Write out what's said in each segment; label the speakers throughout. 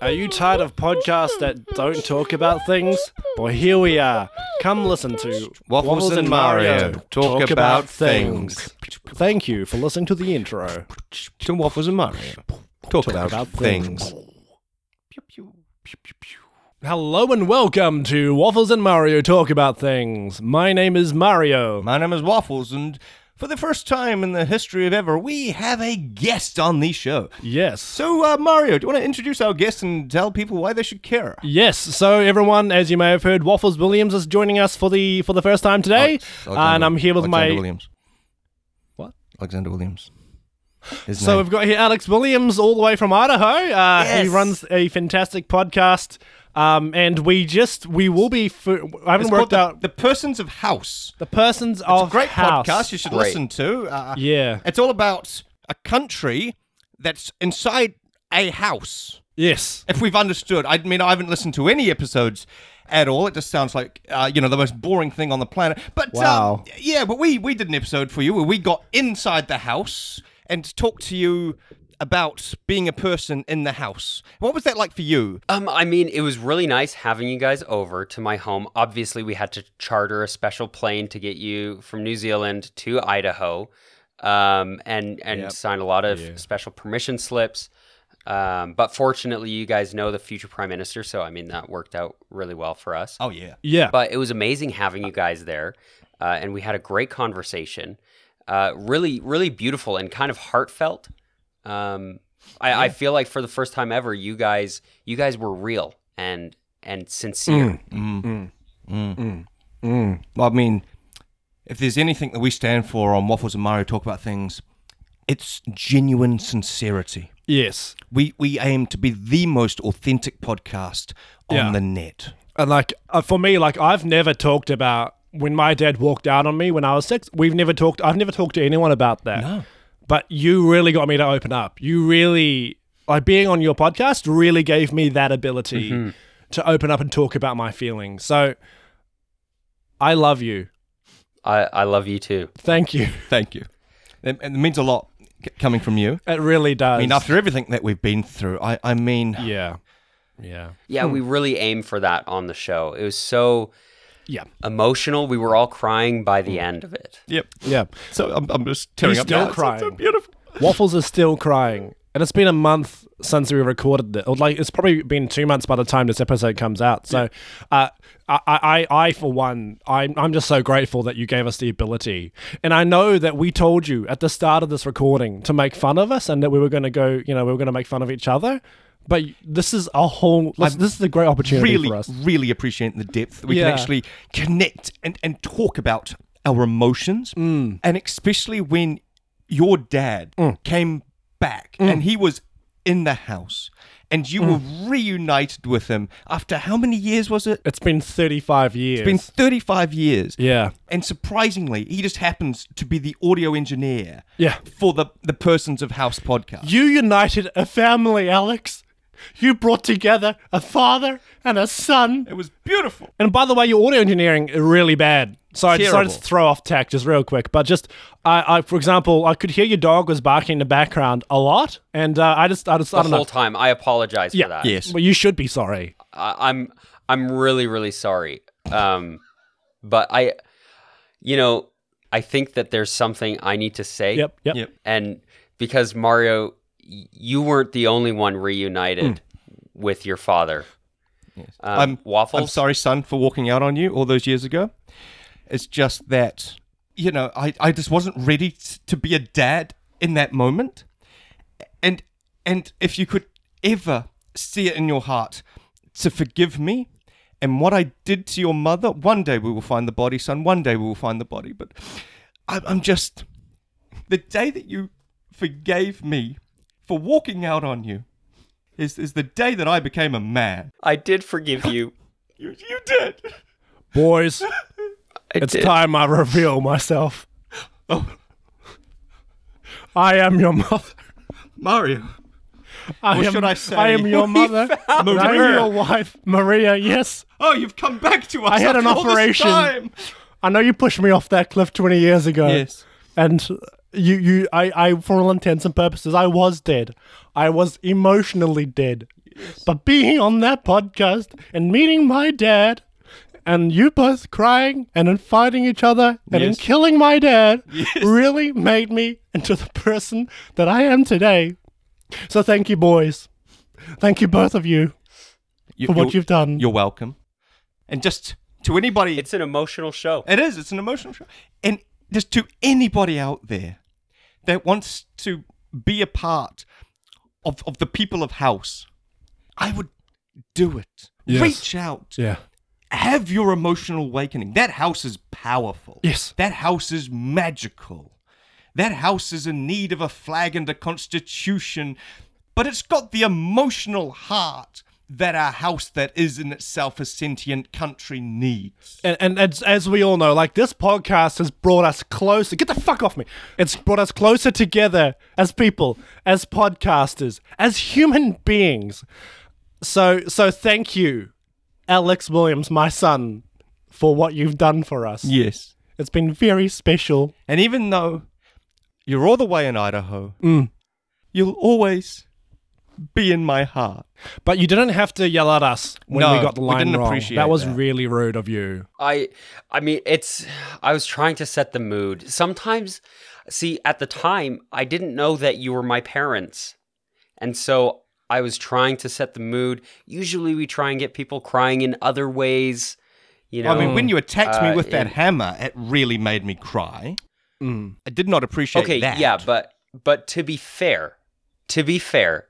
Speaker 1: Are you tired of podcasts that don't talk about things? Well, here we are. Come listen to Waffles,
Speaker 2: and Mario talk about
Speaker 1: Thank you for listening to the intro.
Speaker 2: To Waffles and Mario. Talk, about, things.
Speaker 1: Hello and welcome to Waffles and Mario Talk About Things. My name is Mario.
Speaker 2: My name is Waffles, and for the first time in the history of ever, we have a guest on the show.
Speaker 1: Yes.
Speaker 2: So, uh, Mario, do you want to introduce our guest and tell people why they should care?
Speaker 1: Yes, so everyone, as you may have heard, Waffles Williams is joining us for the for the first time today, and I'm here with
Speaker 2: Alexander
Speaker 1: my
Speaker 2: Williams.
Speaker 1: What?
Speaker 2: Alexander Williams. His
Speaker 1: So
Speaker 2: name.
Speaker 1: we've got here Alex Williams, all the way from Idaho. Uh, He
Speaker 2: Yes.
Speaker 1: runs a fantastic podcast, um, and we just we will be. F- I haven't
Speaker 2: It's called
Speaker 1: worked
Speaker 2: the,
Speaker 1: out
Speaker 2: the Persons of House.
Speaker 1: the persons
Speaker 2: It's
Speaker 1: of
Speaker 2: a great
Speaker 1: house.
Speaker 2: podcast you should
Speaker 3: Great.
Speaker 2: listen to. Uh,
Speaker 1: Yeah.
Speaker 2: It's all about a country that's inside a house.
Speaker 1: Yes.
Speaker 2: if we've understood. I mean, I haven't listened to any episodes at all. It just sounds like uh, you know the most boring thing on the planet. But
Speaker 1: Wow.
Speaker 2: um, yeah, but we we did an episode for you where we got inside the house and talked to you about being a person in the house. What was that like for you?
Speaker 3: Um, I mean, it was really nice having you guys over to my home. Obviously, we had to charter a special plane to get you from New Zealand to Idaho, um, and and sign a lot of special permission slips. Um, but fortunately, you guys know the future prime minister, so I mean that worked out really well for us.
Speaker 2: Oh yeah.
Speaker 1: Yeah.
Speaker 3: But it was amazing having you guys there, uh, and we had a great conversation. Uh, really, really beautiful and kind of heartfelt. Um, I, I feel like for the first time ever, you guys, you guys were real and and sincere.
Speaker 1: Mm.
Speaker 2: Well, I mean, if there's anything that we stand for on Waffles and Mario Talk About Things, it's genuine sincerity.
Speaker 1: yes.
Speaker 2: We we aim to be the most authentic podcast on
Speaker 1: Yeah.
Speaker 2: the net.
Speaker 1: And like uh, for me, like I've never talked about when my dad walked out on me when I was six. We've never talked. I've never talked to anyone about that.
Speaker 2: No.
Speaker 1: But you really got me to open up. You really like being on your podcast really gave me that ability to open up and talk about my feelings. So I love you.
Speaker 3: I, I love you too.
Speaker 1: Thank you.
Speaker 2: Thank you. It, it means a lot c- coming from you.
Speaker 1: It really does.
Speaker 2: I mean, after everything that we've been through, I, I mean,
Speaker 1: yeah, yeah,
Speaker 3: Yeah, we really aim for that on the show. It was so
Speaker 1: yeah,
Speaker 3: emotional. We were all crying by
Speaker 1: Hmm.
Speaker 3: the end of it.
Speaker 2: yep.
Speaker 1: yeah.
Speaker 2: So I'm, I'm just tearing
Speaker 1: He's
Speaker 2: up.
Speaker 1: still
Speaker 2: now. It's- it's so
Speaker 1: crying.
Speaker 2: beautiful.
Speaker 1: Waffles is still crying, and it's been a month since we recorded it. Or like, it's probably been two months by the time this episode comes out. So, uh, I, I, I, I, for one, I'm, I'm just so grateful that you gave us the ability. And I know that we told you at the start of this recording to make fun of us, and that we were going to go, you know, we were going to make fun of each other. But this is a whole. This, this is a great opportunity
Speaker 2: Really,
Speaker 1: for us.
Speaker 2: really appreciate the depth. We
Speaker 1: Yeah.
Speaker 2: can actually connect and, and talk about our emotions.
Speaker 1: Mm.
Speaker 2: And especially when your dad came back
Speaker 1: Mm.
Speaker 2: and he was in the house and you were reunited with him after how many years was it?
Speaker 1: It's been 35 years.
Speaker 2: It's been 35 years.
Speaker 1: yeah,
Speaker 2: And surprisingly, he just happens to be the audio engineer
Speaker 1: yeah.
Speaker 2: for the, the Persons of House podcast.
Speaker 1: You united a family, Alex. You brought together a father and a son.
Speaker 2: it was beautiful.
Speaker 1: And by the way, your audio engineering is really bad. So I decided
Speaker 2: Terrible.
Speaker 1: to throw off tech just real quick. But just, I, I for example, I could hear your dog was barking in the background a lot, and uh, I just, I just, I
Speaker 3: The
Speaker 1: don't know.
Speaker 3: whole time, I apologize
Speaker 1: Yeah.
Speaker 3: for that.
Speaker 2: Yes.
Speaker 1: Well, you should be sorry.
Speaker 3: I, I'm I'm really really sorry. Um, but I, you know, I think that there's something I need to say.
Speaker 1: Yep, yep.
Speaker 2: Yep.
Speaker 3: And because Mario, y- you weren't the only one reunited with your father. Um,
Speaker 2: I'm-
Speaker 3: waffles.
Speaker 2: I'm sorry, son, for walking out on you all those years ago. It's just that, you know, I, I just wasn't ready t- to be a dad in that moment. And and if you could ever see it in your heart to forgive me and what I did to your mother, one day we will find the body, son. One day we will find the body. But I, I'm just the day that you forgave me for walking out on you is is the day that I became a man.
Speaker 3: I did forgive you.
Speaker 2: You, you did.
Speaker 1: Boys,
Speaker 3: I
Speaker 1: it's
Speaker 3: did.
Speaker 1: time I reveal myself. Oh. I am your mother.
Speaker 2: Mario.
Speaker 1: I
Speaker 2: What
Speaker 1: am,
Speaker 2: should I say?
Speaker 1: I am your mother. I am
Speaker 2: Maria.
Speaker 1: your wife, Maria. Yes,
Speaker 2: Oh, you've come back to us.
Speaker 1: I had an
Speaker 2: after all this
Speaker 1: operation.
Speaker 2: time.
Speaker 1: I know you pushed me off that cliff 20 years ago.
Speaker 2: Yes.
Speaker 1: And you, you, I, I, for all intents and purposes, I was dead. I was emotionally dead. But being on that podcast and meeting my dad and you both crying and then fighting each other and then
Speaker 2: Yes.
Speaker 1: killing my dad
Speaker 2: Yes.
Speaker 1: really made me into the person that I am today. So thank you, boys. Thank you, both of you,
Speaker 2: You-
Speaker 1: for what
Speaker 2: you're-
Speaker 1: you've done.
Speaker 2: You're welcome. And just to anybody,
Speaker 3: It's an emotional show.
Speaker 2: it is. It's an emotional show. And just to anybody out there that wants to be a part of, of the people of House, I would do it.
Speaker 1: Yes.
Speaker 2: Reach out.
Speaker 1: Yeah.
Speaker 2: Have your emotional awakening. That house is powerful.
Speaker 1: Yes.
Speaker 2: That house is magical. That house is in need of a flag and a constitution, but it's got the emotional heart that a house that is in itself a sentient country needs.
Speaker 1: And, and as, as we all know, like this podcast has brought us closer. Get the fuck off me. It's brought us closer together as people, as podcasters, as human beings. So so thank you, Alex Williams, my son, for what you've done for us.
Speaker 2: Yes.
Speaker 1: It's been very special.
Speaker 2: And even though you're all the way in Idaho,
Speaker 1: Mm.
Speaker 2: you'll always be in my heart.
Speaker 1: But you didn't have to yell at us when
Speaker 2: No,
Speaker 1: we got the
Speaker 2: we
Speaker 1: line
Speaker 2: didn't
Speaker 1: wrong.
Speaker 2: appreciate
Speaker 1: that was
Speaker 2: that.
Speaker 1: really rude of you.
Speaker 3: I I mean it's I was trying to set the mood. Sometimes see at the time I didn't know that you were my parents. And so I was trying to set the mood. Usually we try and get people crying in other ways, you know.
Speaker 2: I
Speaker 1: Mm.
Speaker 2: mean, when you attacked me
Speaker 3: uh,
Speaker 2: with that
Speaker 3: it-
Speaker 2: hammer, it really made me cry.
Speaker 1: Mm.
Speaker 2: I did not appreciate
Speaker 3: okay,
Speaker 2: that.
Speaker 3: yeah, but but to be fair, to be fair,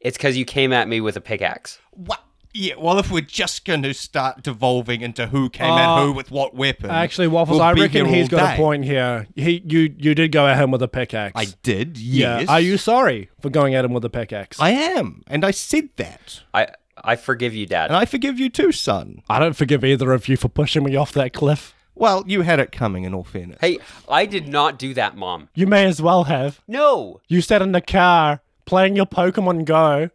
Speaker 3: it's cuz you came at me with a pickaxe.
Speaker 2: What? Yeah, well, if we're just going to start devolving into who came at
Speaker 1: Uh,
Speaker 2: who with what weapon,
Speaker 1: Actually, Waffles,
Speaker 2: we'll
Speaker 1: I
Speaker 2: be
Speaker 1: reckon
Speaker 2: here
Speaker 1: he's
Speaker 2: all
Speaker 1: got a
Speaker 2: day.
Speaker 1: point here. He you you did go at him with a pickaxe.
Speaker 2: I did. Yes.
Speaker 1: Yeah. Are you sorry for going at him with a pickaxe?
Speaker 2: I am, and I said that,
Speaker 3: I I forgive you, dad.
Speaker 2: and I forgive you too, son.
Speaker 1: I don't forgive either of you for pushing me off that cliff.
Speaker 2: Well, you had it coming. In all fairness,
Speaker 3: hey, I did not do that, mom.
Speaker 1: You may as well have.
Speaker 3: No.
Speaker 1: You sat in the car playing your Pokemon Go,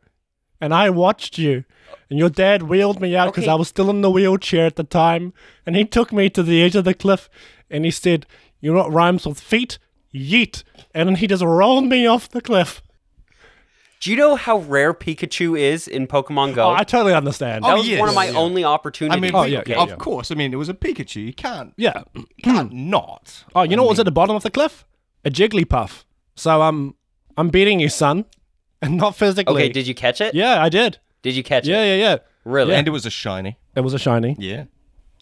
Speaker 1: and I watched you. And your dad wheeled me out because
Speaker 3: Okay.
Speaker 1: I was still in the wheelchair at the time. And he took me to the edge of the cliff and he said, You know what rhymes with feet? Yeet. And then he just rolled me off the cliff.
Speaker 3: Do you know how rare Pikachu is in Pokemon Go?
Speaker 1: Oh, I totally understand.
Speaker 3: That
Speaker 2: Oh,
Speaker 3: was
Speaker 2: yes.
Speaker 3: one of my
Speaker 2: Yeah.
Speaker 3: only
Speaker 2: I
Speaker 3: opportunities.
Speaker 2: mean,
Speaker 1: Oh,
Speaker 2: we-
Speaker 1: yeah, okay,
Speaker 2: of
Speaker 1: yeah.
Speaker 2: course. I mean, it was a Pikachu. You can't,
Speaker 1: yeah.
Speaker 2: can't not.
Speaker 1: Oh, you know what was at the bottom of the cliff? A Jigglypuff. So um, I'm beating you, son. And not physically.
Speaker 3: okay, did you catch it?
Speaker 1: yeah, I did.
Speaker 3: Did you catch
Speaker 1: Yeah,
Speaker 3: it?
Speaker 1: yeah, yeah.
Speaker 3: Really?
Speaker 2: And it was a shiny.
Speaker 1: It was a shiny.
Speaker 2: Yeah.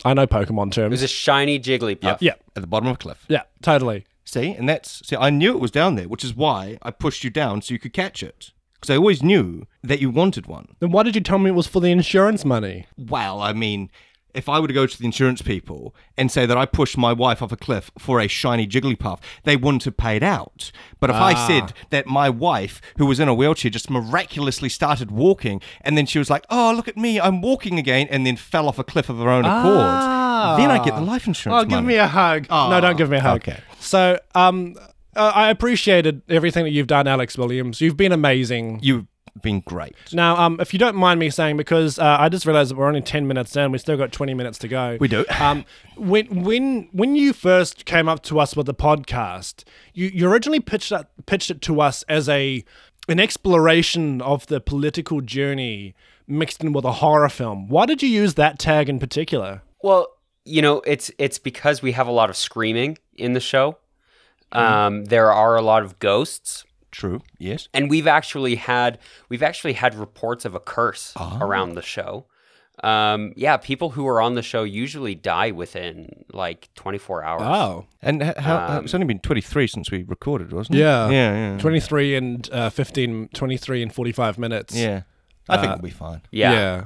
Speaker 1: I know Pokemon
Speaker 3: It
Speaker 1: terms.
Speaker 3: was a shiny Jigglypuff.
Speaker 2: Yeah.
Speaker 1: Yeah.
Speaker 2: At the bottom of a cliff.
Speaker 1: yeah, totally.
Speaker 2: See, and that's see, I knew it was down there, which is why I pushed you down so you could catch it. Because I always knew that you wanted one.
Speaker 1: Then why did you tell me it was for the insurance money?
Speaker 2: Well, I mean, if I were to go to the insurance people and say that I pushed my wife off a cliff for a shiny Jigglypuff, they wouldn't have paid out. But if I said that my wife, who was in a wheelchair, just miraculously started walking, and then she was like, "Oh, look at me, I'm walking again," and then fell off a cliff of her own accord, then I get the life insurance.
Speaker 1: Oh, give
Speaker 2: money.
Speaker 1: me a hug. no, don't give me a hug.
Speaker 2: okay.
Speaker 1: So, um, uh, I appreciated everything that you've done, Alex Williams. You've been amazing.
Speaker 2: You've been great.
Speaker 1: Now, um, if you don't mind me saying, because uh, I just realized that we're only ten minutes in, we still got twenty minutes to go.
Speaker 2: We do.
Speaker 1: Um, when when when you first came up to us with the podcast, you, you originally pitched it, pitched it to us as a an exploration of the political journey mixed in with a horror film. Why did you use that tag in particular?
Speaker 3: Well, you know, it's it's because we have a lot of screaming in the show.
Speaker 2: Mm-hmm.
Speaker 3: Um, there are a lot of ghosts,
Speaker 2: True. Yes.
Speaker 3: and we've actually had we've actually had reports of a curse
Speaker 2: Oh.
Speaker 3: around the show. Um, yeah, people who are on the show usually die within like 24 hours.
Speaker 2: Ah.
Speaker 1: Oh,
Speaker 2: And h- how, uh, it's only been 23 since we recorded, wasn't
Speaker 1: Yeah.
Speaker 2: it? Um, Yeah. Yeah.
Speaker 1: 23 and uh, 15, 23 and 45 minutes.
Speaker 2: yeah. I think we'll be fine.
Speaker 1: Yeah.
Speaker 3: Yeah. Yeah,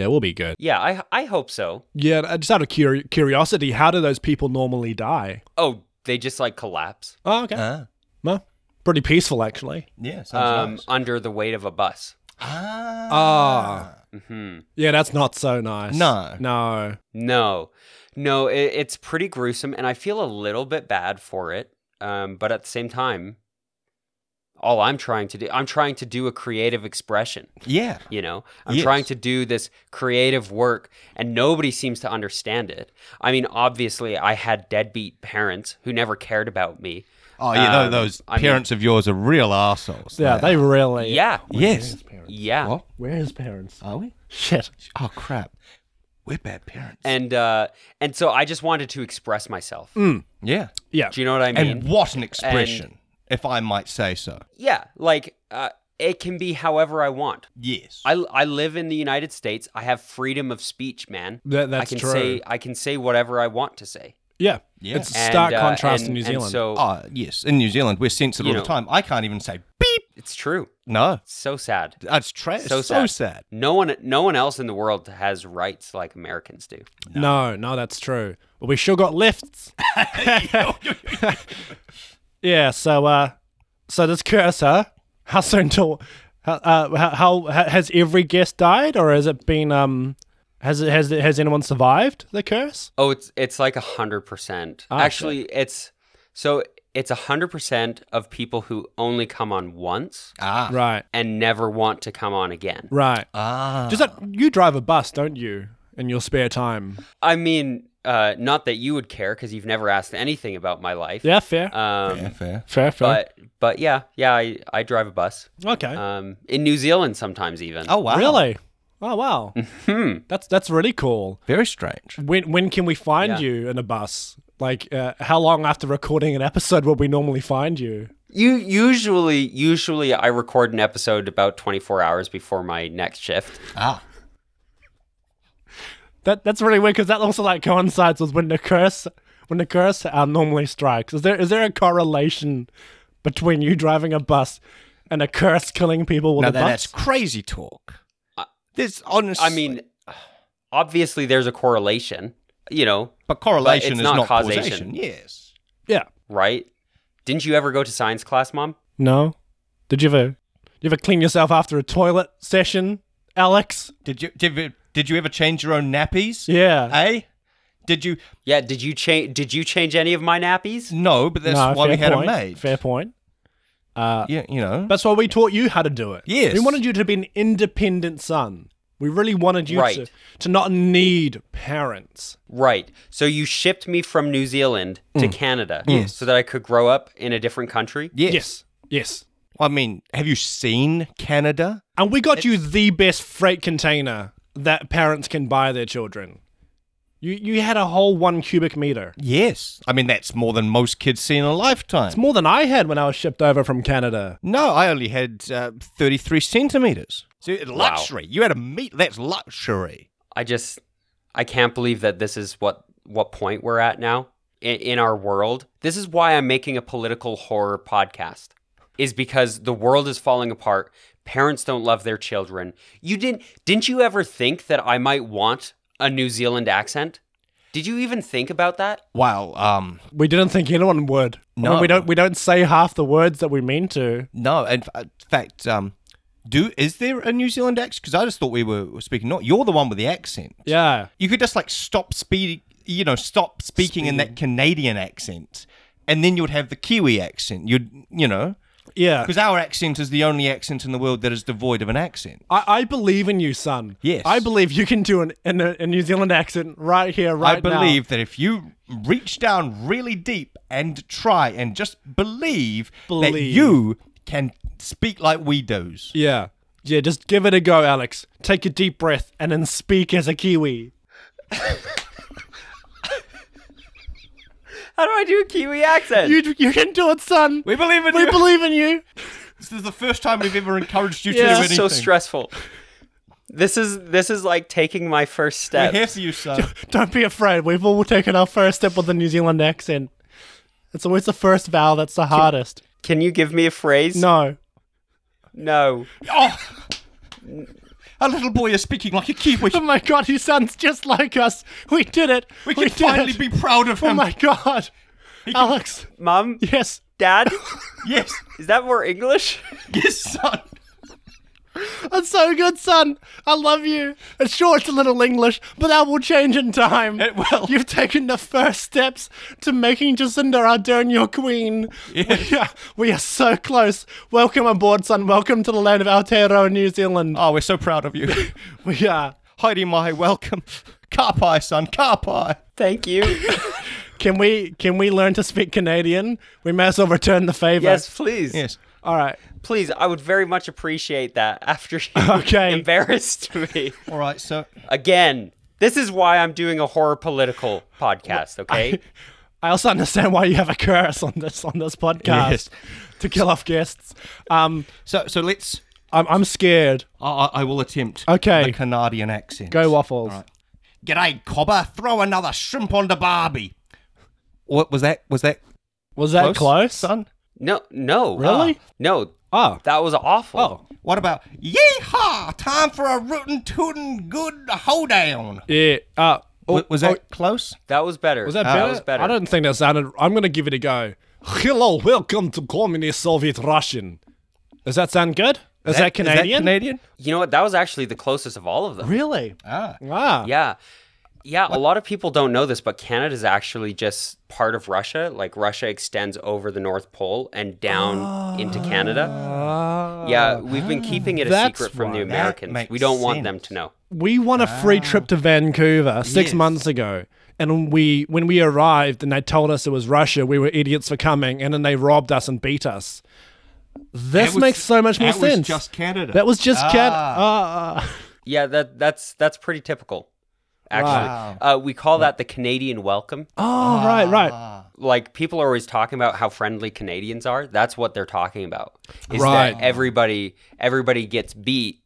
Speaker 1: Yeah, we'll be good.
Speaker 3: I I hope so.
Speaker 1: Yeah, uh, just out of curi- curiosity, how do those people normally die?
Speaker 3: Oh, they just like collapse
Speaker 1: Oh, okay.
Speaker 2: Ah.
Speaker 1: Well, pretty peaceful, actually.
Speaker 2: Yeah. Sounds
Speaker 3: um, under the weight of a bus.
Speaker 1: Ah.
Speaker 3: hmm
Speaker 1: Yeah, that's not so nice.
Speaker 2: No.
Speaker 1: No.
Speaker 3: No, no, it, it's pretty gruesome, and I feel a little bit bad for it. Um, but at the same time, all I'm trying to do, I'm trying to do a creative expression.
Speaker 2: Yeah.
Speaker 3: You know, I'm
Speaker 2: Yes.
Speaker 3: trying to do this creative work, and nobody seems to understand it. I mean, obviously, I had deadbeat parents who never cared about me.
Speaker 2: Oh, you know
Speaker 3: Um,
Speaker 2: those
Speaker 3: I mean-
Speaker 2: parents of yours are real assholes.
Speaker 1: Yeah, they really.
Speaker 3: Yeah.
Speaker 2: Yes.
Speaker 3: Yeah.
Speaker 2: What?
Speaker 1: Where is parents?
Speaker 2: Are we?
Speaker 1: Shit.
Speaker 2: Oh crap. We're bad parents.
Speaker 3: And uh, and so I just wanted to express myself.
Speaker 2: yeah.
Speaker 1: Yeah.
Speaker 3: Do you know what I mean?
Speaker 2: And what an expression, if I might say so.
Speaker 3: yeah. Like uh, it can be however I want.
Speaker 2: Yes.
Speaker 3: I, I live in the United States. I have freedom of speech, man.
Speaker 1: That- that's
Speaker 3: I can
Speaker 1: true.
Speaker 3: say I can say whatever I want to say.
Speaker 1: yeah.
Speaker 2: Yeah.
Speaker 1: It's a
Speaker 3: And,
Speaker 1: stark
Speaker 3: uh,
Speaker 1: contrast
Speaker 3: and-
Speaker 1: in New
Speaker 3: and
Speaker 1: Zealand. Oh.
Speaker 3: so
Speaker 2: Ah, yes. In New Zealand, we're censored
Speaker 3: You
Speaker 2: all
Speaker 3: know.
Speaker 2: the time. I can't even say beep.
Speaker 3: it's true.
Speaker 2: No.
Speaker 3: It's so sad.
Speaker 2: That's trash.
Speaker 3: So
Speaker 2: So,
Speaker 3: sad.
Speaker 2: sad.
Speaker 3: No one no one else in the world has rights like Americans do.
Speaker 1: no. no, that's true. But we sure got lifts. yeah. So, uh, so this curse, huh? How soon till? How, uh, how, how ha- has every guest died, or has it been? Um, has it has it, has anyone survived the curse?
Speaker 3: Oh, it's it's like a hundred percent.
Speaker 1: Ah,
Speaker 3: Actually, it's so it's a hundred percent of people who only come on once
Speaker 2: Ah.
Speaker 1: Right.
Speaker 3: and never want to come on again.
Speaker 1: Right.
Speaker 2: Ah.
Speaker 1: Just that you drive a bus, don't you, in your spare time?
Speaker 3: I mean, uh, not that you would care because you've never asked anything about my life.
Speaker 1: Yeah. Fair.
Speaker 2: Uh,
Speaker 3: Um,
Speaker 2: fair, fair.
Speaker 1: fair. Fair.
Speaker 3: But but yeah, yeah, I, I drive a bus.
Speaker 1: okay.
Speaker 2: uh,
Speaker 3: Um, in New Zealand sometimes even.
Speaker 2: Oh wow.
Speaker 1: Really? Oh wow.
Speaker 2: Mm-hmm.
Speaker 1: That's that's really cool.
Speaker 2: Very strange.
Speaker 1: When when can we find
Speaker 3: Yeah.
Speaker 1: you in a bus? Like uh, how long after recording an episode will we normally find you?
Speaker 3: You usually usually I record an episode about 24 hours before my next shift.
Speaker 2: Ah.
Speaker 1: That that's really weird because that also like coincides with when the curse when the curse uh, normally strikes. Is there is there a correlation between you driving a bus and a curse killing people with
Speaker 2: Now
Speaker 1: a
Speaker 2: that, that's
Speaker 1: bus?
Speaker 2: crazy talk. There's honestly.
Speaker 3: I mean, obviously there's a correlation, you know,
Speaker 2: but correlation
Speaker 3: it's
Speaker 2: is
Speaker 3: not
Speaker 2: not,
Speaker 3: causation.
Speaker 2: causation. Yes.
Speaker 1: yeah.
Speaker 3: right? Didn't you ever go to science class, mom?
Speaker 1: No. Did you ever you ever clean yourself after a toilet session, Alex?
Speaker 2: Did you did you, did you ever change your own nappies?
Speaker 1: Yeah.
Speaker 2: Eh? Did you?
Speaker 3: Yeah, did you change did you change any of my nappies?
Speaker 2: No, but that's
Speaker 1: No,
Speaker 2: why
Speaker 1: fair
Speaker 2: we had
Speaker 1: point.
Speaker 2: them made.
Speaker 1: Fair point. Uh,
Speaker 2: Yeah, you know.
Speaker 1: That's why we taught you how to do it.
Speaker 2: Yes.
Speaker 1: We wanted you to be an independent son. We really wanted you to,
Speaker 3: Right.
Speaker 1: to not need parents.
Speaker 3: Right. So you shipped me from New Zealand to Canada so that I could grow up in a different country?
Speaker 2: yes.
Speaker 1: Yes. Yes.
Speaker 2: I mean, have you seen Canada?
Speaker 1: And we got you the best freight container that parents can buy their children. You you had a whole one cubic meter.
Speaker 2: Yes. I mean, that's more than most kids see in a lifetime.
Speaker 1: It's more than I had when I was shipped over from Canada.
Speaker 2: No, I only had uh, 33 centimeters. So it- luxury. You had a meat. That's luxury.
Speaker 3: I just I can't believe that this is what what point we're at now in, in our world. This is why I'm making a political horror podcast. Is because the world is falling apart. Parents don't love their children. You didn't didn't you ever think that I might want a New Zealand accent? Did you even think about that?
Speaker 2: Well, um,
Speaker 1: We didn't think anyone would. I mean,
Speaker 2: No.
Speaker 1: we don't we don't say half the words that we mean to.
Speaker 2: no. In f- in fact, um, do is there a New Zealand accent? Because I just thought we were speaking. Not you're the one with the accent.
Speaker 1: Yeah.
Speaker 2: You could just like stop speaking. You know, stop speaking in that Canadian accent, and then you would have the Kiwi accent. You'd, you know,
Speaker 1: Yeah.
Speaker 2: because our accent is the only accent in the world that is devoid of an accent.
Speaker 1: I, I believe in you, son.
Speaker 2: Yes.
Speaker 1: I believe you can do an, an a New Zealand accent right here, right
Speaker 2: I
Speaker 1: now.
Speaker 2: believe that if you reach down really deep and try and just believe, that
Speaker 1: Believe.
Speaker 2: you can speak like we do.
Speaker 1: Yeah. Yeah, just give it a go, Alex. Take a deep breath and then speak as a Kiwi.
Speaker 3: How do I do a Kiwi accent?
Speaker 1: You, you can do it, son.
Speaker 2: We believe in
Speaker 1: We
Speaker 2: you.
Speaker 1: believe in you.
Speaker 2: this is the first time we've ever encouraged you
Speaker 1: Yeah.
Speaker 2: to do
Speaker 3: this
Speaker 2: anything.
Speaker 3: is so stressful. This is this is like taking my first
Speaker 2: We're
Speaker 3: step.
Speaker 2: here for you, son.
Speaker 1: Don't be afraid. We've all taken our first step with a New Zealand accent. It's always the first vowel that's the hardest.
Speaker 3: Can you give me a phrase?
Speaker 1: No.
Speaker 3: No.
Speaker 2: oh, a little boy is speaking like a Kiwi.
Speaker 1: Oh my god, he sounds just like us. We did it.
Speaker 2: We can
Speaker 1: did
Speaker 2: finally
Speaker 1: it.
Speaker 2: be proud of
Speaker 1: Oh
Speaker 2: him.
Speaker 1: my god. Alex.
Speaker 3: Mum?
Speaker 1: Yes.
Speaker 3: Dad?
Speaker 2: yes,
Speaker 3: Is that more English?
Speaker 2: yes, son.
Speaker 1: That's so good, son. I love you. It's sure it's a little English, but that will change in time.
Speaker 2: It will.
Speaker 1: You've taken the first steps to making Jacinda Ardern your queen. We, are, we are so close. Welcome aboard, son. Welcome to the land of Aotearoa, New Zealand.
Speaker 2: Oh, we're so proud of you.
Speaker 1: We are.
Speaker 2: Heidi Mai, welcome. Car pie, son. Car pie.
Speaker 3: Thank you.
Speaker 1: Can we can we learn to speak Canadian? We may as well return the favor.
Speaker 3: Yes, please.
Speaker 2: Yes.
Speaker 1: All right.
Speaker 3: Please, I would very much appreciate that after you
Speaker 1: Okay.
Speaker 3: embarrassed me.
Speaker 2: All right. So
Speaker 3: Again, this is why I'm doing a horror political podcast, okay?
Speaker 1: I also understand why you have a curse on this on this podcast
Speaker 2: Yes.
Speaker 1: to kill off guests. Um,
Speaker 2: so so let's.
Speaker 1: I'm I'm scared.
Speaker 2: I, I- I will attempt.
Speaker 1: Okay.
Speaker 2: The Canadian accent.
Speaker 1: Go waffles.
Speaker 2: G'day, Cobber. Throw another shrimp on the Barbie. What was that? Was that
Speaker 1: Was that
Speaker 2: close,
Speaker 1: close?
Speaker 2: son?
Speaker 3: No, no. uh,
Speaker 1: Really?
Speaker 3: no.
Speaker 2: Ah.
Speaker 1: Oh.
Speaker 3: That was awful.
Speaker 2: What about yeehaw? Time for a rootin' tootin' good hoedown.
Speaker 1: Yeah. Uh, oh,
Speaker 2: W- was
Speaker 1: oh,
Speaker 2: that Ah, close?
Speaker 3: That was better.
Speaker 1: was that
Speaker 3: That
Speaker 1: better?
Speaker 3: was better.
Speaker 1: I don't think that sounded. I'm gonna give it a go. Hello, welcome to communist Soviet Russian. Does that sound good? Is that, Canadian?
Speaker 2: Canadian?
Speaker 3: You know what? That was actually the closest of all of them.
Speaker 1: Really?
Speaker 2: Ah.
Speaker 1: Ah.
Speaker 3: Yeah. Yeah, a lot of people don't know this, but Canada is actually just part of Russia. Like Russia extends over the North Pole and down into Canada.
Speaker 1: Ah.
Speaker 3: Yeah, we've been keeping it a
Speaker 1: That's
Speaker 3: secret from the
Speaker 1: why.
Speaker 2: That
Speaker 3: Americans.
Speaker 2: makes
Speaker 3: We don't want them
Speaker 2: sense.
Speaker 3: to know.
Speaker 1: we won a free trip to Vancouver six
Speaker 2: Ah. Yes.
Speaker 1: months ago. And we, when we arrived and they told us it was Russia, we were idiots for coming. And then they robbed us and beat us. This
Speaker 2: That was-
Speaker 1: makes so much more
Speaker 2: that was
Speaker 1: sense.
Speaker 2: just Canada.
Speaker 1: That was just Ah. Canada.
Speaker 2: Ah.
Speaker 3: Yeah, that that's that's pretty typical. Actually, uh, we call that the Canadian welcome.
Speaker 1: oh, right,
Speaker 2: Ah.
Speaker 1: right.
Speaker 3: Like people are always talking about how friendly Canadians are. That's what they're talking about. Is
Speaker 1: Right.
Speaker 3: that everybody everybody gets beat.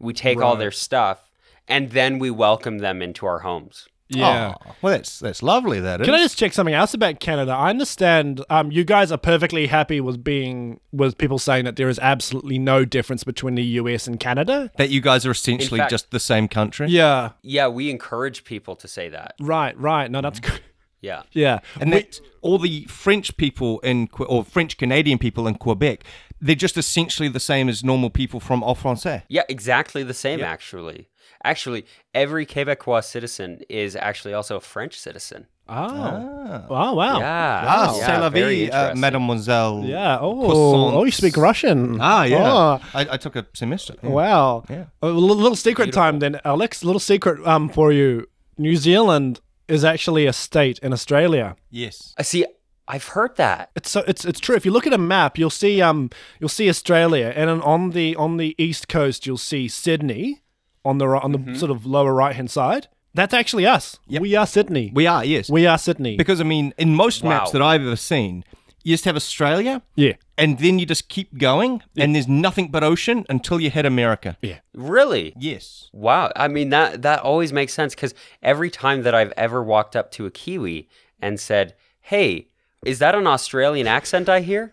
Speaker 3: We take all their stuff, and then we welcome them into our homes.
Speaker 1: Yeah.
Speaker 2: Aw, well, that's that's lovely. That is.
Speaker 1: Can I just check something else about Canada? I understand um, you guys are perfectly happy with being with people saying that there is absolutely no difference between the US and Canada.
Speaker 2: that you guys are essentially
Speaker 3: fact-
Speaker 2: just the same country.
Speaker 1: Yeah,
Speaker 3: Yeah, we encourage people to say that.
Speaker 1: right, right. No, that's good.
Speaker 3: Yeah.
Speaker 1: Yeah,
Speaker 2: And
Speaker 1: We-
Speaker 2: that all the French people in Que- or French Canadian people in Quebec, they're just essentially the same as normal people from En Français.
Speaker 3: Yeah, exactly the same actually. Actually, every Quebecois citizen is actually also a French citizen.
Speaker 1: oh,
Speaker 2: Ah.
Speaker 1: oh, wow.
Speaker 3: Yeah.
Speaker 2: Ah,
Speaker 3: yeah,
Speaker 2: c'est la
Speaker 3: very
Speaker 2: vie, uh,
Speaker 3: interesting.
Speaker 2: mademoiselle.
Speaker 1: Yeah. Oh,
Speaker 2: Croissant.
Speaker 1: oh, you speak Russian.
Speaker 2: Ah, yeah.
Speaker 1: Oh,
Speaker 2: I, I took a semester. yeah.
Speaker 1: wow.
Speaker 2: Yeah.
Speaker 1: A li- little secret time then, Alex. Little secret um for you. New Zealand is actually a state in Australia.
Speaker 2: Yes.
Speaker 3: Uh, See, I've heard that.
Speaker 1: It's so it's it's true. If you look at a map, you'll see um you'll see Australia, and then on the on the east coast, you'll see Sydney on the ri- on the
Speaker 3: Mm-hmm.
Speaker 1: sort of lower right hand side. That's actually us. We are Sydney. We,
Speaker 2: We are, yes.
Speaker 1: are Sydney.
Speaker 2: because, I mean, in most maps
Speaker 3: Wow.
Speaker 2: that I've ever seen, you just have Australia
Speaker 1: yeah.
Speaker 2: and then you just keep going and there's nothing but ocean until you hit America.
Speaker 3: Really?
Speaker 2: Yes.
Speaker 3: Wow. I mean that that always makes sense cuz every time that I've ever walked up to a Kiwi and said, "Hey, is that an Australian accent I hear?"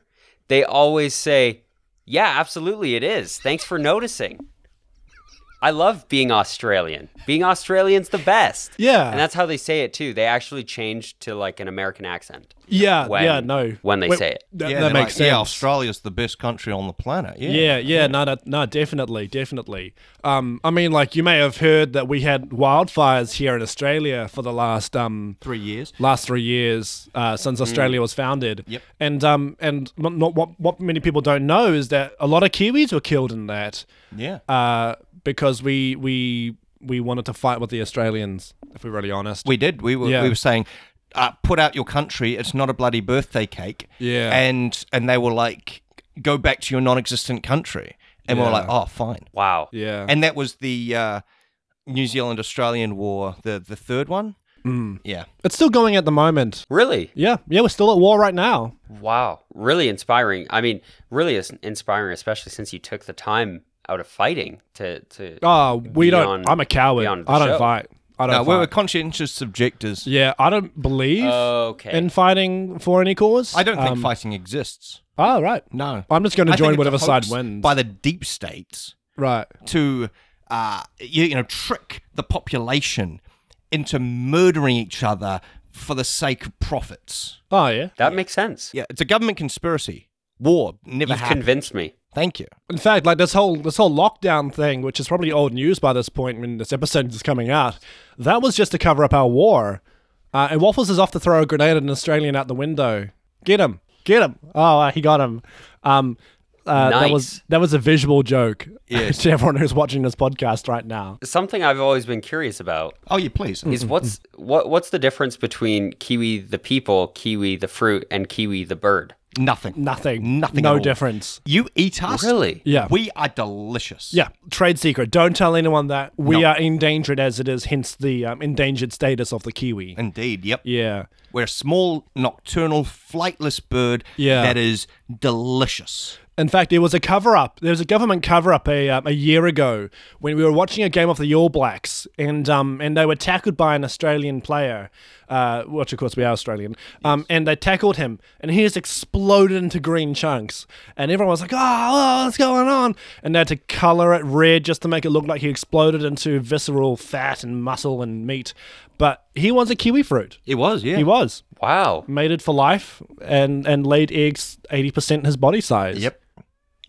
Speaker 3: They always say, "Yeah, absolutely it is. Thanks for noticing." I love being Australian. Being Australian's the best.
Speaker 1: Yeah.
Speaker 3: And that's how they say it too. They actually changed to like an American accent.
Speaker 1: Yeah.
Speaker 3: when-
Speaker 1: yeah. No.
Speaker 3: when they
Speaker 1: Wait,
Speaker 3: say it.
Speaker 1: that-
Speaker 2: Yeah,
Speaker 1: that
Speaker 2: they're
Speaker 1: makes
Speaker 2: like,
Speaker 1: sense.
Speaker 2: Yeah, Australia's the best country on the planet. Yeah.
Speaker 1: Yeah, yeah, no, no, no, definitely, definitely. Um, I mean, like you may have heard that we had wildfires here in Australia for the last um
Speaker 2: Three years.
Speaker 1: last three years uh, since Australia was founded.
Speaker 2: Mm. Yep.
Speaker 1: And um and not, not what what many people don't know is that a lot of Kiwis were killed in that
Speaker 2: Yeah.
Speaker 1: uh, because we we we wanted to fight with the Australians. If we're really honest,
Speaker 2: We did. We were
Speaker 1: Yeah.
Speaker 2: we were saying, uh, put out your country. It's not a bloody birthday cake.
Speaker 1: Yeah.
Speaker 2: And and they were like, go back to your non-existent country. And we were
Speaker 1: Yeah.
Speaker 2: like, oh, fine.
Speaker 3: Wow.
Speaker 1: yeah,
Speaker 2: And that was the uh, New Zealand Australian War, the the third one. Mm. Yeah.
Speaker 1: it's still going at the moment.
Speaker 3: Really?
Speaker 1: Yeah, yeah, we're still at war right now.
Speaker 3: Wow. Really inspiring. I mean, really is inspiring, especially since you took the time out of fighting to to
Speaker 1: Ah, we
Speaker 3: Beyond-
Speaker 1: don't. I'm a coward.
Speaker 3: beyond the
Speaker 1: I don't
Speaker 3: show.
Speaker 1: fight. I don't.
Speaker 2: No,
Speaker 1: fight.
Speaker 2: we were conscientious subjectors.
Speaker 1: Yeah, I don't believe
Speaker 3: Okay.
Speaker 1: in fighting for any cause.
Speaker 2: I don't think
Speaker 1: Um,
Speaker 2: fighting exists.
Speaker 1: Oh, right.
Speaker 2: No.
Speaker 1: I'm just going to
Speaker 2: I think
Speaker 1: join
Speaker 2: it's a
Speaker 1: whatever side
Speaker 2: hoax
Speaker 1: wins.
Speaker 2: by the deep states
Speaker 1: right.
Speaker 2: to uh, you, you know trick the population into murdering each other for the sake of profits.
Speaker 1: Oh yeah.
Speaker 3: that makes sense.
Speaker 2: Yeah, it's a government conspiracy. War never
Speaker 3: You've
Speaker 2: happened.
Speaker 3: convinced me.
Speaker 2: Thank you.
Speaker 1: In fact, like this whole this whole lockdown thing, which is probably old news by this point when this episode is coming out, that was just to cover up our war. Uh, and Waffles is off to throw a grenade at an Australian out the window. Get him! Get him! Oh, uh, he got him. Um, Uh, That
Speaker 3: Nice.
Speaker 1: was that was a visual joke
Speaker 2: Yes.
Speaker 1: to everyone who's watching this podcast right now.
Speaker 3: Something I've always been curious about
Speaker 2: Oh, yeah, please.
Speaker 3: is what's what what's the difference between kiwi the people, kiwi the fruit, and kiwi the bird?
Speaker 2: Nothing.
Speaker 1: Nothing.
Speaker 2: Nothing at
Speaker 1: No
Speaker 2: all.
Speaker 1: difference.
Speaker 2: You eat us.
Speaker 3: Really?
Speaker 1: Yeah.
Speaker 2: We are delicious.
Speaker 1: Yeah, trade secret. Don't tell anyone that we
Speaker 2: No.
Speaker 1: are endangered as it is, hence the um, endangered status of the kiwi.
Speaker 2: Indeed. Yep.
Speaker 1: yeah.
Speaker 2: We're a small, nocturnal, flightless bird
Speaker 1: Yeah.
Speaker 2: that is delicious.
Speaker 1: In fact, there was a cover up. There was a government cover up a, um, a year ago when we were watching a game of the All Blacks, and um, and they were tackled by an Australian player, uh, which of course we are Australian. Um, and they tackled him, and he just exploded into green chunks, and everyone was like, "Oh, oh, what's going on?" And they had to color it red just to make it look like he exploded into visceral fat and muscle and meat. But he was a kiwi fruit.
Speaker 2: It was, yeah.
Speaker 1: He was
Speaker 3: Wow.
Speaker 1: mated for life and and laid eggs eighty percent his body size.
Speaker 2: Yep.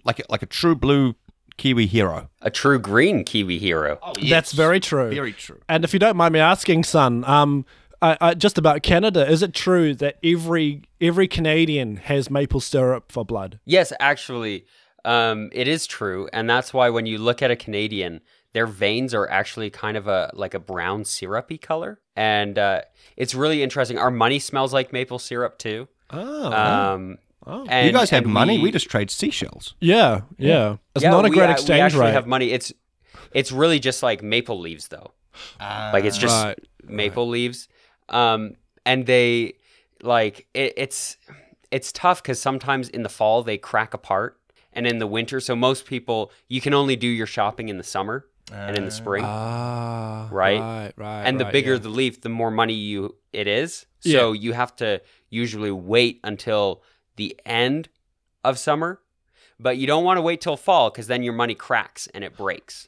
Speaker 2: Like a, like a true blue Kiwi hero.
Speaker 3: A true green kiwi hero.
Speaker 2: Oh.
Speaker 1: That's very true.
Speaker 2: Very true.
Speaker 1: And if you don't mind me asking, son, um, I, I, just about Canada, is it true that every every Canadian has maple syrup for blood?
Speaker 3: Yes, actually, um, it is true, and that's why when you look at a Canadian, their veins are actually kind of a like a brown syrupy color, and uh, it's really interesting. Our money smells like maple syrup too.
Speaker 1: Oh,
Speaker 3: Um, and,
Speaker 2: Oh. you guys have
Speaker 3: and
Speaker 2: money. We, just trade seashells.
Speaker 1: yeah, yeah. It's
Speaker 3: Yeah,
Speaker 1: not a
Speaker 3: we-
Speaker 1: great
Speaker 3: uh, we
Speaker 1: exchange
Speaker 3: actually
Speaker 1: rate.
Speaker 3: have money. It's it's really just like maple leaves, though. like it's just
Speaker 1: Right,
Speaker 3: maple leaves, um, and they like it, it's it's tough because sometimes in the fall they crack apart, and in the winter. So most people you can only do your shopping in the summer and
Speaker 2: Uh,
Speaker 3: in the spring,
Speaker 1: Ah,
Speaker 3: Right?
Speaker 1: right, right.
Speaker 3: and the
Speaker 1: right,
Speaker 3: bigger
Speaker 1: yeah.
Speaker 3: the leaf, the more money you it is. So you have to usually wait until the end of summer. But you don't want to wait till fall because then your money cracks and it breaks.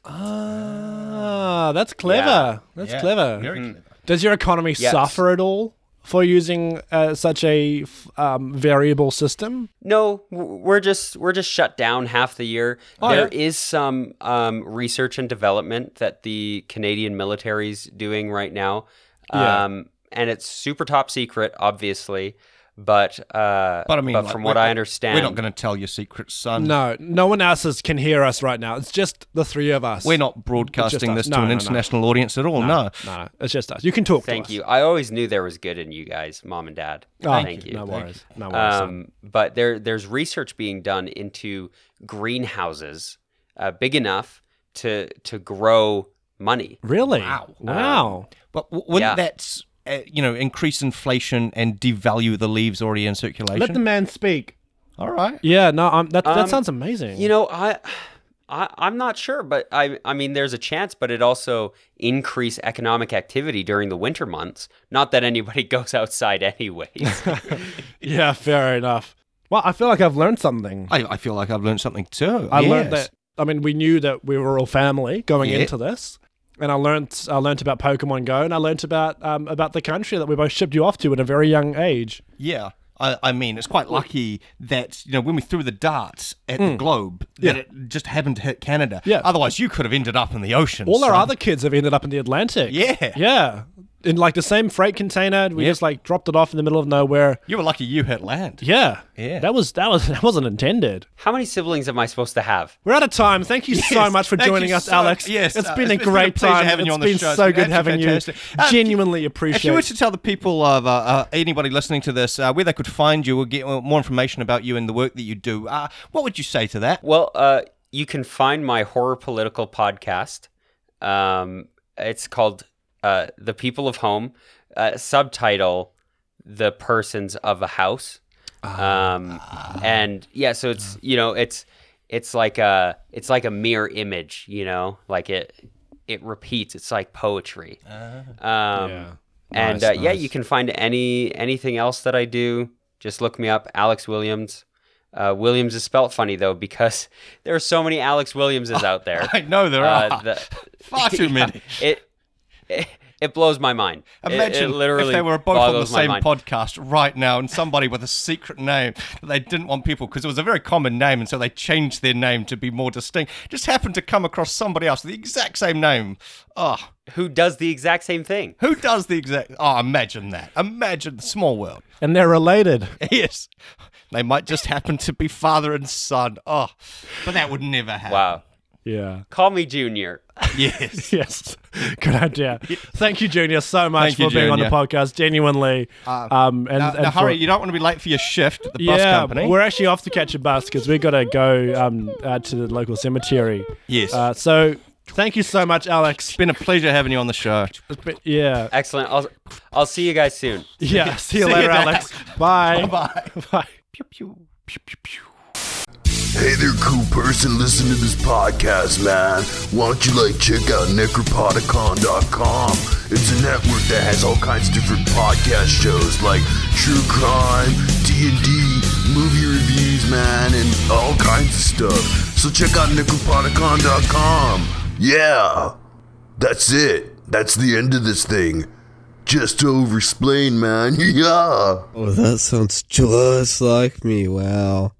Speaker 1: Ah, that's clever. That's clever.
Speaker 3: Mm-hmm.
Speaker 2: clever.
Speaker 1: Does your economy
Speaker 3: Yes.
Speaker 1: suffer at all for using uh, such a f- um, variable system?
Speaker 3: No, w- we're just we're just shut down half the year.
Speaker 1: Oh,
Speaker 3: There is some um, research and development that the Canadian military's doing right now,
Speaker 1: Yeah.
Speaker 3: um, and it's super top secret, obviously. But uh,
Speaker 2: But I mean, like,
Speaker 3: from
Speaker 2: we're-
Speaker 3: what I understand,
Speaker 2: We're not going to tell your secrets, son.
Speaker 1: No, no one else is, can hear us right now. It's just the three of us.
Speaker 2: We're not broadcasting
Speaker 1: us.
Speaker 2: this
Speaker 1: No,
Speaker 2: to an
Speaker 1: no, no.
Speaker 2: international audience at all. No.
Speaker 1: No, it's just us. You can talk.
Speaker 3: Thank
Speaker 1: to
Speaker 3: you. I always knew there was good in you guys, mom and dad.
Speaker 1: Us.
Speaker 3: Oh, Thank you.
Speaker 1: No worries. No worries. son.
Speaker 3: Um, but there, there's research being done into greenhouses uh, big enough to to grow money.
Speaker 1: really?
Speaker 2: Wow.
Speaker 3: Um,
Speaker 1: Wow.
Speaker 2: But w- wouldn't
Speaker 3: Yeah.
Speaker 2: that s- uh, you know, increase inflation and devalue the leaves already in circulation?
Speaker 1: Let the man speak.
Speaker 2: all right.
Speaker 1: Yeah. No. Um, that that
Speaker 3: Um,
Speaker 1: sounds amazing.
Speaker 3: You know, I, I I'm not sure, but I I mean, there's a chance, but it also increase economic activity during the winter months. Not that anybody goes outside anyways.
Speaker 1: yeah. Fair enough. Well, I feel like I've learned something.
Speaker 2: I, I feel like I've learned something too.
Speaker 1: I learned
Speaker 2: Yes.
Speaker 1: that. I mean, we knew that we were all family going
Speaker 2: Yeah.
Speaker 1: into this, and I learned I learned about Pokemon Go, and I learned about um, about the country that we both shipped you off to at a very young age.
Speaker 2: Yeah. I, I mean, it's quite lucky that, you know, when we threw the darts at the globe, that it just happened to hit Canada.
Speaker 1: Mm. Yeah.
Speaker 2: Otherwise, you could have ended up in the ocean.
Speaker 1: All our
Speaker 2: son.
Speaker 1: other kids have ended up in the Atlantic.
Speaker 2: Yeah.
Speaker 1: Yeah. In like the same freight container, we just like dropped it off in the middle of nowhere.
Speaker 2: You were lucky you hit land.
Speaker 1: Yeah.
Speaker 2: Yeah.
Speaker 1: That was that was that wasn't intended.
Speaker 3: How many siblings am I supposed to have?
Speaker 1: We're out of time. Thank you so
Speaker 2: Yes,
Speaker 1: much for
Speaker 2: thank you
Speaker 1: joining us,
Speaker 2: so-
Speaker 1: Alex.
Speaker 2: Yes,
Speaker 1: it's
Speaker 2: uh,
Speaker 1: been a
Speaker 2: it's been a
Speaker 1: great
Speaker 2: pleasure
Speaker 1: time.
Speaker 2: having
Speaker 1: It's
Speaker 2: you on the
Speaker 1: been
Speaker 2: show. It's
Speaker 1: so
Speaker 2: been
Speaker 1: good having
Speaker 2: absolutely
Speaker 1: you.
Speaker 2: fantastic. Uh,
Speaker 1: Genuinely appreciate.
Speaker 2: If you were to tell the people of uh, uh, anybody listening to this uh, where they could find you or get uh, more information about you and the work that you do, uh, what would you say to that?
Speaker 3: Well, uh, you can find my horror political podcast. Um, it's called uh, "The People of Home." Uh, subtitle: "The Persons of a House." Um, and yeah, so it's you know it's it's like a it's like a mirror image, you know, like it it repeats. It's like poetry. Um,
Speaker 1: Yeah.
Speaker 3: And
Speaker 1: Nice,
Speaker 3: uh, yeah,
Speaker 1: nice.
Speaker 3: you can find any anything else that I do. Just look me up, Alex Williams. Uh, Williams is spelt funny though because there are so many Alex Williamses out there.
Speaker 2: I know there
Speaker 3: Uh,
Speaker 2: are
Speaker 3: the-
Speaker 2: far too many.
Speaker 3: it, it it blows my mind. It- it
Speaker 2: Imagine
Speaker 3: literally
Speaker 2: if they were both on the
Speaker 3: boggles my
Speaker 2: same
Speaker 3: mind.
Speaker 2: podcast right now and somebody with a secret name that they didn't want people because it was a very common name and so they changed their name to be more distinct. Just happened to come across somebody else with the exact same name. Oh,
Speaker 3: Who does the exact same thing?
Speaker 2: who does the exact? Oh, imagine that. Imagine the small world.
Speaker 1: and they're related.
Speaker 2: Yes. They might just happen to be father and son. Oh, but that would never happen.
Speaker 3: Wow.
Speaker 1: Yeah.
Speaker 3: Call me Junior.
Speaker 2: Yes.
Speaker 1: Yes. Good idea. Thank you, Junior, so much
Speaker 2: Thank you,
Speaker 1: for being on the
Speaker 2: Junior. Uh,
Speaker 1: podcast. Genuinely. um, and,
Speaker 2: Now,
Speaker 1: and
Speaker 2: now,
Speaker 1: for-
Speaker 2: hurry! You don't want to be late for your shift at the bus
Speaker 1: yeah,
Speaker 2: company.
Speaker 1: we're actually off to catch a bus because we've got to go um, uh, to the local cemetery.
Speaker 2: Yes.
Speaker 1: Uh, so thank you so much, Alex.
Speaker 2: It's been a pleasure having you on the show.
Speaker 1: But- yeah.
Speaker 3: Excellent. I'll I'll see you guys soon.
Speaker 1: Yeah. See you
Speaker 2: See you
Speaker 1: later,
Speaker 2: back.
Speaker 1: Alex. Bye.
Speaker 2: Bye.
Speaker 1: Bye.
Speaker 4: Hey there, cool person, listen to this podcast, man. Why don't you like check out necropodicon.com? It's a network that has all kinds of different podcast shows like true crime, D&D, movie reviews, man, and all kinds of stuff. So check out necropodicon.com. Yeah. That's it. That's the end of this thing. Just to overexplain, man. Yeah.
Speaker 5: Oh, that sounds just like me. Wow.